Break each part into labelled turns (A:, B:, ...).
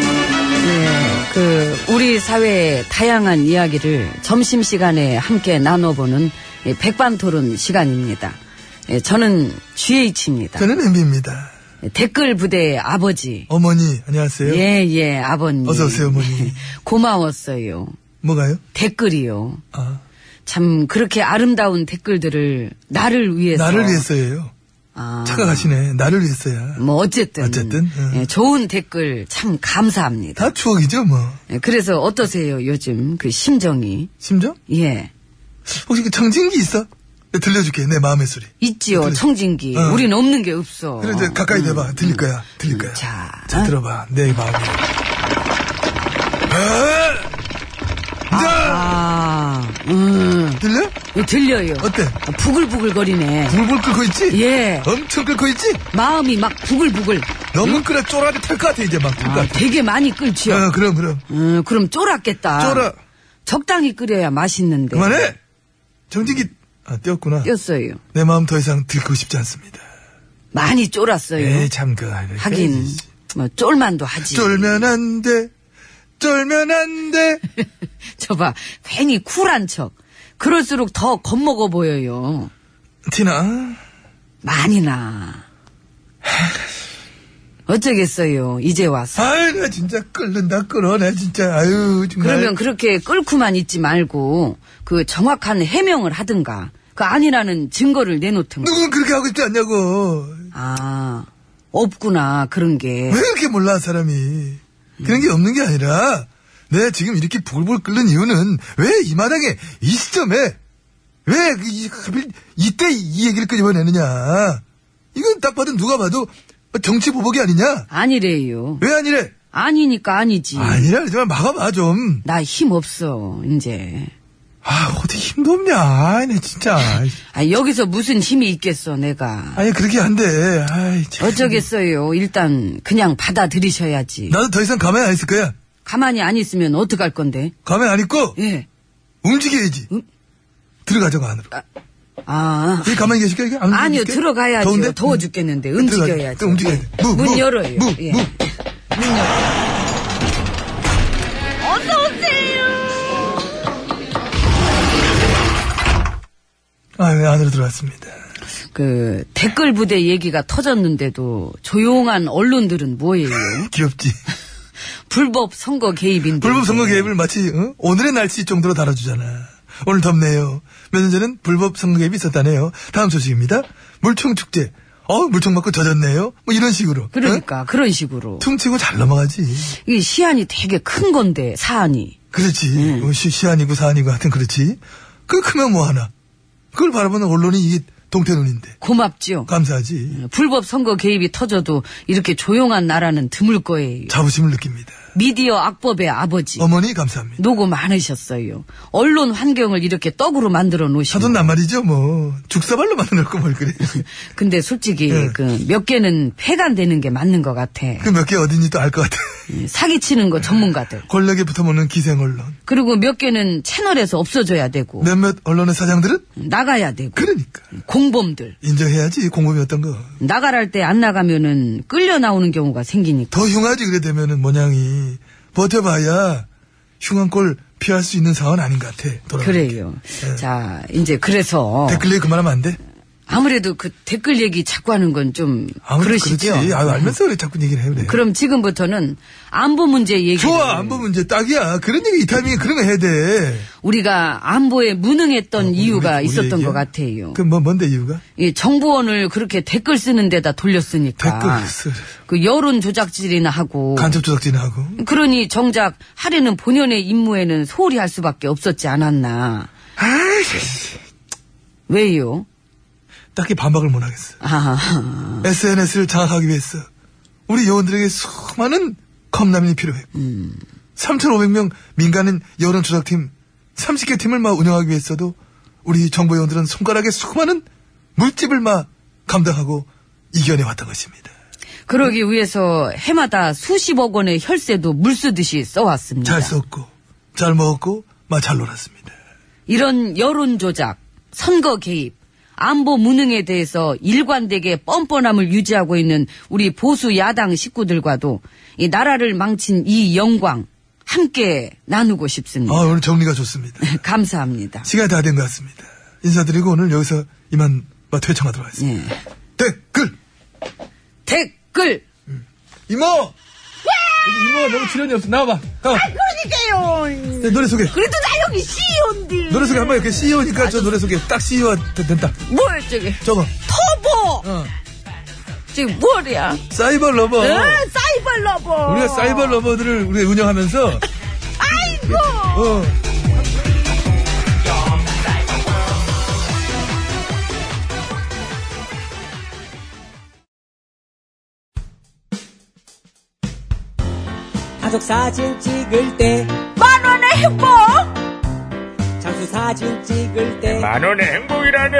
A: 네, 그 우리 사회의 다양한 이야기를 점심 시간에 함께 나눠보는 예, 백반토론 시간입니다. 예, 저는 GH입니다.
B: 저는 MB입니다.
C: 그
A: 댓글 부대의 아버지.
B: 어머니, 안녕하세요.
A: 예, 예, 아버님.
B: 어서 오세요, 어머니.
A: 고마웠어요.
B: 뭐가요?
A: 댓글이요.
B: 아,
A: 참 그렇게 아름다운 댓글들을 나를 위해서.
B: 나를 위해서예요.
A: 아,
B: 착각하시네. 나를 위해서야.
A: 뭐 어쨌든.
B: 어쨌든, 예.
A: 예, 좋은 댓글 참 감사합니다.
B: 다 추억이죠, 뭐.
A: 예, 그래서 어떠세요 요즘 그 심정이?
B: 심정?
A: 예.
B: 혹시 그 청진기 있어? 내가 들려줄게, 내 마음의 소리.
A: 있지요,
B: 그래.
A: 청진기.
B: 어.
A: 우린 없는 게 없어. 음,
B: 그래, 이제 가까이 대봐. 들릴 거야. 들릴 거야.
A: 자.
B: 자, 들어봐. 내 마음.
A: 아, 음,
B: 들려?
A: 들려요.
B: 어때?
A: 아, 부글부글 거리네.
B: 불불 끓고 있지?
A: 예.
B: 엄청 끓고 있지?
A: 마음이 막 부글부글.
B: 너무 끓여 쪼라게 탈 것 같아, 이제 막. 탈것
A: 예. 아,
B: 같아.
A: 되게 많이 끓지요.
B: 어, 그럼, 그럼.
A: 음, 그럼 쫄았겠다.
B: 쫄아.
A: 적당히 끓여야 맛있는데.
B: 그만해! 정진기, 아, 띄었구나.
A: 띄었어요.
B: 내 마음 더 이상 들고 싶지 않습니다.
A: 많이 쫄았어요.
B: 에이, 참, 그.
A: 하긴, 뭐, 쫄만도 하지.
B: 쫄면 안 돼. 쫄면 안 돼.
A: 저봐, 괜히 쿨한 척. 그럴수록 더 겁먹어 보여요.
B: 티나,
A: 많이 나. 어쩌겠어요, 이제 와서.
B: 아유, 나 진짜 끓는다, 끓어. 나 진짜, 아유, 정말.
A: 그러면 그렇게 끓고만 있지 말고, 그 정확한 해명을 하든가, 그 아니라는 증거를 내놓든가.
B: 누군 그렇게 하고 싶지 않냐고.
A: 아, 없구나, 그런 게.
B: 왜 이렇게 몰라, 사람이. 그런 게 없는 게 아니라, 내가 지금 이렇게 불불 끓는 이유는, 왜 이 마당에, 이 시점에, 왜, 그 이, 하필 이때 이 얘기를 끄집어내느냐. 이건 딱 봐도 누가 봐도 정치 보복이 아니냐?
A: 아니래요.
B: 왜 아니래?
A: 아니니까 아니지.
B: 아니라, 그러지 말 막아봐, 좀.
A: 나 힘 없어, 이제.
B: 아, 어디 힘도 없냐. 아이, 나 진짜.
A: 아, 여기서 무슨 힘이 있겠어, 내가.
B: 아니, 그렇게 안 돼. 아이, 참.
A: 어쩌겠어요. 일단, 그냥 받아들이셔야지.
B: 나도 더 이상 가만히 안 있을 거야.
A: 가만히 안 있으면 어떡할 건데?
B: 가만히 안 있고,
A: 예.
B: 움직여야지.
A: 음?
B: 들어가자고, 안으로.
A: 아.
B: 여기 가만히 계실까? 이게 안
A: 아니요,
B: 움직일게?
A: 들어가야죠.
B: 그 더운데?
A: 더워 죽겠는데. 움직여야죠.
B: 또 움직여야 돼. 무,
A: 문
B: 무,
A: 열어요.
B: 무,
A: 예.
B: 무. 아, 네, 안으로 들어왔습니다.
A: 그, 댓글 부대 얘기가 터졌는데도 조용한 언론들은 뭐예요?
B: 귀엽지?
A: 불법 선거 개입인데.
B: 불법 선거 개입을 마치 어? 오늘의 날씨 정도로 달아주잖아. 오늘 덥네요. 몇 년 전엔 불법 선거 개입이 있었다네요. 다음 소식입니다. 물총 축제. 어, 물총 맞고 젖었네요. 뭐 이런 식으로.
A: 그러니까, 그런 식으로.
B: 어? 퉁치고 잘 넘어가지.
A: 이 시안이 되게 큰 건데, 사안이.
B: 그렇지. 뭐 시, 시안이고 사안이고 하여튼 그렇지. 그 크면 뭐 하나. 그걸 바라보는 언론이 이게 동태눈인데.
A: 고맙죠?
B: 감사하지.
A: 불법 선거 개입이 터져도 이렇게 조용한 나라는 드물 거예요.
B: 자부심을 느낍니다.
A: 미디어 악법의 아버지.
B: 어머니 감사합니다.
A: 노고 많으셨어요. 언론 환경을 이렇게 떡으로 만들어 놓으시고.
B: 저도 난 말이죠 뭐. 죽사발로 만들었고 뭘 그래.
A: 근데 솔직히
B: 예.
A: 그 몇 개는 폐간되는 게 맞는 것 같아.
B: 그 몇 개 어딘지 또 알 것 같아.
A: 예. 사기치는 거 전문가들.
B: 권력에 붙어먹는 기생 언론.
A: 그리고 몇 개는 채널에서 없어져야 되고
B: 몇몇 언론의 사장들은
A: 나가야 되고
B: 네. 그러니까
A: 공범들
B: 인정해야지 공범이 어떤 거.
A: 나가랄 때 안 나가면은 끌려 나오는 경우가 생기니까
B: 더 흉하지 그래 되면은 모양이 버텨봐야 흉한 꼴 피할 수 있는 상황 아닌 것 같아. 돌아가니까.
A: 그래요. 자 이제 그래서
B: 댓글 얘기 그만하면 안 돼?
A: 아무래도 그 댓글 얘기 자꾸 하는 건 좀
B: 아무래도
A: 그러시죠. 음.
B: 그렇지. 아, 알면서 그래 자꾸 얘기를 해 그래.
A: 그럼 지금부터는 안보 문제 얘기.
B: 좋아 안보 문제 딱이야. 그런 얘기 이 타이밍에 그런 거 해야 돼.
A: 우리가 안보에 무능했던 이유가
B: 어, 우리
A: 있었던
B: 얘기야?
A: 것 같아요.
B: 그럼 뭐 뭔데 이유가?
A: 이 정보원을 그렇게 댓글 쓰는 데다 돌렸으니까.
B: 댓글 쓰-
A: 그 여론 조작질이나 하고.
B: 간첩 조작진하고
A: 그러니 정작 하려는 본연의 임무에는 소홀히 할 수밖에 없었지 않았나.
B: 아이씨,
A: 왜요?
B: 딱히 반박을 못 하겠어.
A: 아,
B: SNS를 장악하기 위해서 우리 요원들에게 수많은 컵라면이 필요해.
A: 음.
B: 3,500명 민간인 여론 조작팀 30개 팀을 막 운영하기 위해서도 우리 정보 요원들은 손가락에 수많은 물집을 막 감당하고 이겨내 왔던 것입니다.
A: 그러기 위해서 해마다 수십억 원의 혈세도 물쓰듯이 써왔습니다.
B: 음. 잘 썼고 잘 먹었고 막 잘 놀았습니다.
A: 이런 여론 조작, 선거 개입, 안보 무능에 대해서 일관되게 뻔뻔함을 유지하고 있는 우리 보수 야당 식구들과도 이 나라를 망친 이 영광 함께 나누고 싶습니다.
B: 아 오늘 정리가 좋습니다.
A: 감사합니다.
B: 시간이 다 된 것 같습니다. 인사드리고 오늘 여기서 이만 막 퇴청하도록 하겠습니다.
A: 예.
B: 댓글
A: 댓글
B: 이모 여기 이모가 너무 출연이 없어 나와봐. 아 그러니까요. 노래 소개.
A: 그래도 나 여기 E CEO인데
B: 노래 소개 한 번 이렇게 CEO니까 저 노래 소개 딱 CEO가 된다.
A: 뭘 저기
B: 저거.
A: 터보
B: 어.
A: 저기 뭐야
B: 사이버
C: 어.
B: 러버.
A: 사이버 러버
B: 우리가 사이버 러버들을 우리가 운영하면서. 어. 아이고. 어.
D: 가족 사진 찍을 때
A: 만원의 행복
D: 장수 사진 찍을 때
C: 만원의 행복이라뇨.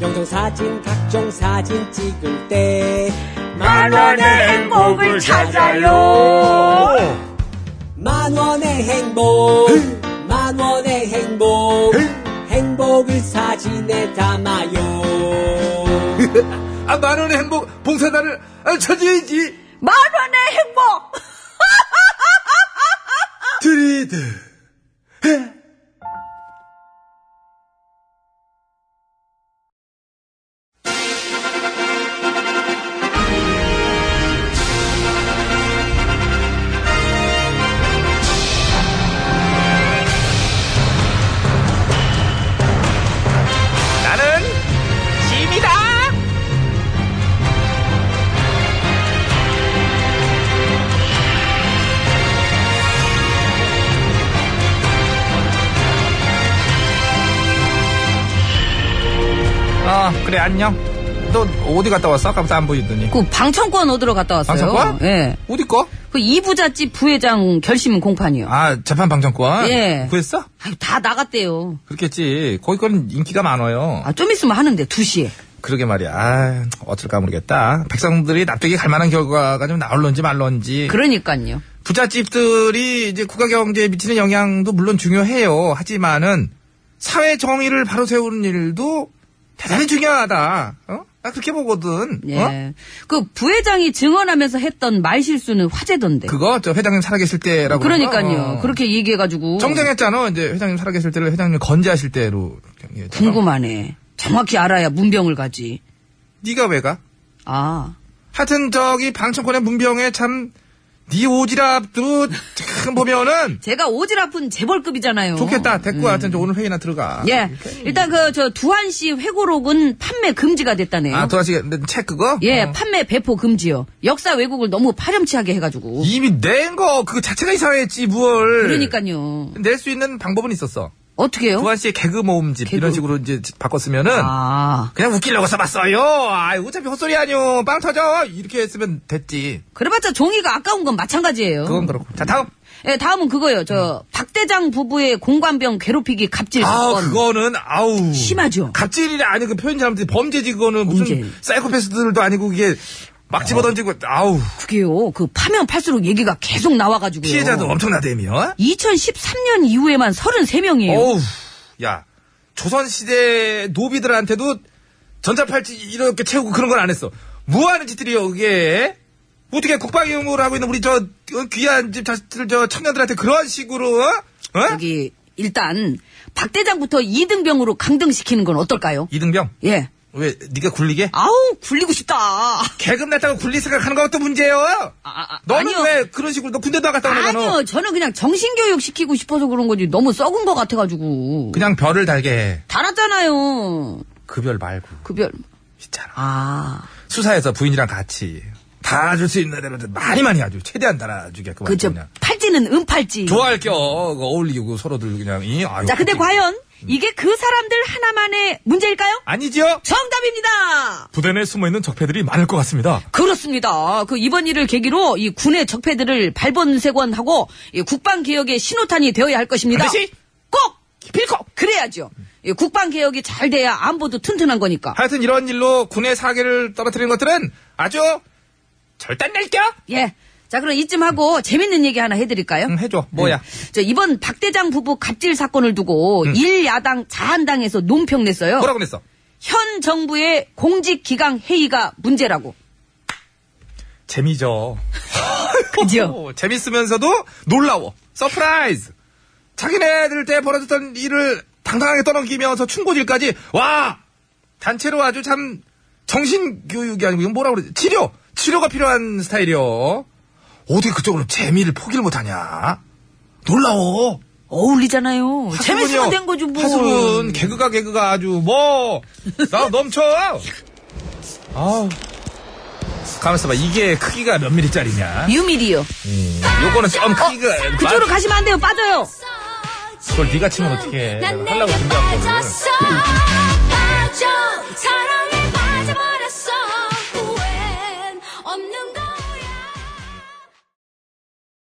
D: 영정 사진 각종 사진 찍을 때
C: 만원의 행복을 찾아요.
D: 만원의 행복 만원의 행복 행복을 사진에 담아요
B: 아, 만원의 행복 봉사단을 아, 찾아야지.
A: 만원의 행복
B: 드리드.
C: 나는 짐이다. 아 그래 안녕. 너 어디 갔다 왔어? 깜짝 안 보이더니.
A: 그 방청권 얻으러 갔다 왔어요
C: 방청권?
A: 예.
C: 어디 거?
A: 그 이부잣집 부회장 결심 공판이요
C: 아 재판 방정권.
A: 예.
C: 구했어?
A: 아유, 다 나갔대요
C: 그렇겠지. 예, 거기 거는 인기가 많아요.
A: 아, 좀 있으면 하는데 2시에
C: 그러게 말이야. 아, 어쩔까 모르겠다. 백성들이 납득이 갈 만한 결과가 좀 나올런지 말런지.
A: 그러니까요
C: 부잣집들이 이제 국가 경제에 미치는 영향도 물론 중요해요. 하지만은 사회 정의를 바로 세우는 일도 대단히 중요하다. 어? 나 그렇게 보거든.
A: 예.
C: 어?
A: 그 부회장이 증언하면서 했던 말 실수는 화제던데
C: 그거 저 회장님 살아계실 때라고.
A: 그러니까요
C: 그런가? 어.
A: 그렇게 얘기해가지고
C: 정정했잖아. 이제 회장님 살아계실 때를 회장님 건재하실 때로. 얘기했잖아.
A: 궁금하네 정확히 알아야 문병을 가지
C: 네가 왜 가?
A: 아
C: 하여튼 저기 방청권의 문병에 참. 네 오지랖도 참 보면은
A: 제가 오지랖은 재벌급이잖아요.
C: 좋겠다. 됐고, 하여튼 저 오늘 회의나
A: 어?
C: 들어가.
A: 음. 예. 일단 그 저 두한 씨 회고록은 판매 금지가 됐다네요.
C: 아, 도라지, 근데 책 그거?
A: 예,
C: 어.
A: 판매 배포 금지요. 역사 왜곡을 너무 파렴치하게 해가지고.
C: 이미 낸 거, 그거 자체가 이상했지, 무얼.
A: 그러니까요.
C: 낼 수 있는 방법은 있었어.
A: 어떻게요?
C: 도한 씨의 개그 모음집,
A: 개그.
C: 이런 식으로 이제 바꿨으면은,
A: 아,
C: 그냥 웃기려고 써봤어요. 아, 어차피 헛소리 아니오. 빵 터져. 이렇게 했으면 됐지.
A: 그래봤자 종이가 아까운 건 마찬가지예요.
C: 그건 그렇고. 자, 다음.
A: 예, 다음은 그거요. 저 박대장 부부의 공관병 괴롭히기 갑질
C: 아우,
A: 사건.
C: 그거는, 아우.
A: 심하죠.
C: 갑질이 아니, 그 표현 잘못해. 범죄지, 그거는. 무슨
A: 범죄.
C: 사이코패스들도 아니고, 그게 막 집어던지고, 아우.
A: 그게요. 그 파면 팔수록 얘기가 계속 나와가지고.
C: 피해자도 엄청나대며. 어?
A: 2013년 이후에만 33명이에요.
C: 어우, 야, 조선시대 노비들한테도 전자팔찌 이렇게 채우고 그런 건 안 했어. 뭐 하는 짓들이요, 그게? 어떻게 국방용으로 하고 있는 우리 저 어, 귀한 집 자식들, 저 청년들한테 그런 식으로, 어? 어?
A: 여기 일단 박 대장부터 2등병으로 강등시키는 건 어떨까요?
C: 이등병
A: 예.
C: 왜 네가 굴리게?
A: 아우 굴리고 싶다. 아,
C: 계급 났다고 굴릴 생각하는 것도 문제예요.
A: 아,
C: 너는
A: 아니요.
C: 왜 그런 식으로 너 군대도 안 갔다 오는 거
A: 아니요,
C: 너?
A: 저는 그냥 정신교육 시키고 싶어서 그런 거지. 너무 썩은 거 같아가지고.
C: 그냥 별을 달게 해.
A: 달았잖아요.
C: 그 별 말고
A: 그 별.
C: 있잖아.
A: 아,
C: 수사에서 부인이랑 같이 달아줄 수 있는 대로 많이 많이 아주 최대한 달아주게끔 아주
A: 그저
C: 그냥
A: 팔찌는 은팔찌.
C: 좋아할 겨 어울리고 서로들 그냥 이 아유.
A: 자, 근데 과연 이게 그 사람들 하나만의 문제일까요?
C: 아니죠?
A: 정답입니다.
E: 부대 내 숨어있는 적폐들이 많을 것 같습니다.
A: 그렇습니다. 그 이번 일을 계기로 이 군의 적폐들을 발본색원하고 이 국방 개혁의 신호탄이 되어야 할 것입니다.
C: 반드시!
A: 꼭 빌고 그래야죠. 이 국방 개혁이 잘 돼야 안보도 튼튼한 거니까.
C: 하여튼 이런 일로 군의 사기를 떨어뜨리는 것들은 아주 절단 낼겨
A: 예. 자, 그럼 이쯤 하고 재밌는 얘기 하나 해드릴까요?
C: 응, 음, 해줘. 뭐야?
A: 네. 저 이번 박대장 부부 갑질 사건을 두고 일야당 자한당에서 논평 냈어요.
C: 음. 뭐라고 냈어?
A: 현 정부의 공직 기강 회의가 문제라고.
E: 재미죠.
A: 그죠?
C: 오, 재밌으면서도 놀라워. 서프라이즈. 자기네들 때 벌어졌던 일을 당당하게 떠넘기면서 충고질까지 와 단체로 아주 참 정신 교육이 아니고 이건 뭐라 그러지? 치료 치료가 필요한 스타일이요. 어떻게 그쪽으로 재미를 포기를 못하냐? 놀라워.
A: 어울리잖아요. 재밌으면
C: 하수분이요.
A: 된 거죠, 뭐.
C: 하수분 개그가 개그가 아주 뭐나 넘쳐. 아 가만 있어봐 이게 크기가 몇 밀리짜리냐?
A: 유밀이요.
C: 요거는
A: 어,
C: 좀 크기가
A: 그쪽으로 가시면 안 돼요. 빠져요.
C: 그걸 네가 치면 어떻게 하려고 준비한 거를
F: 빠졌어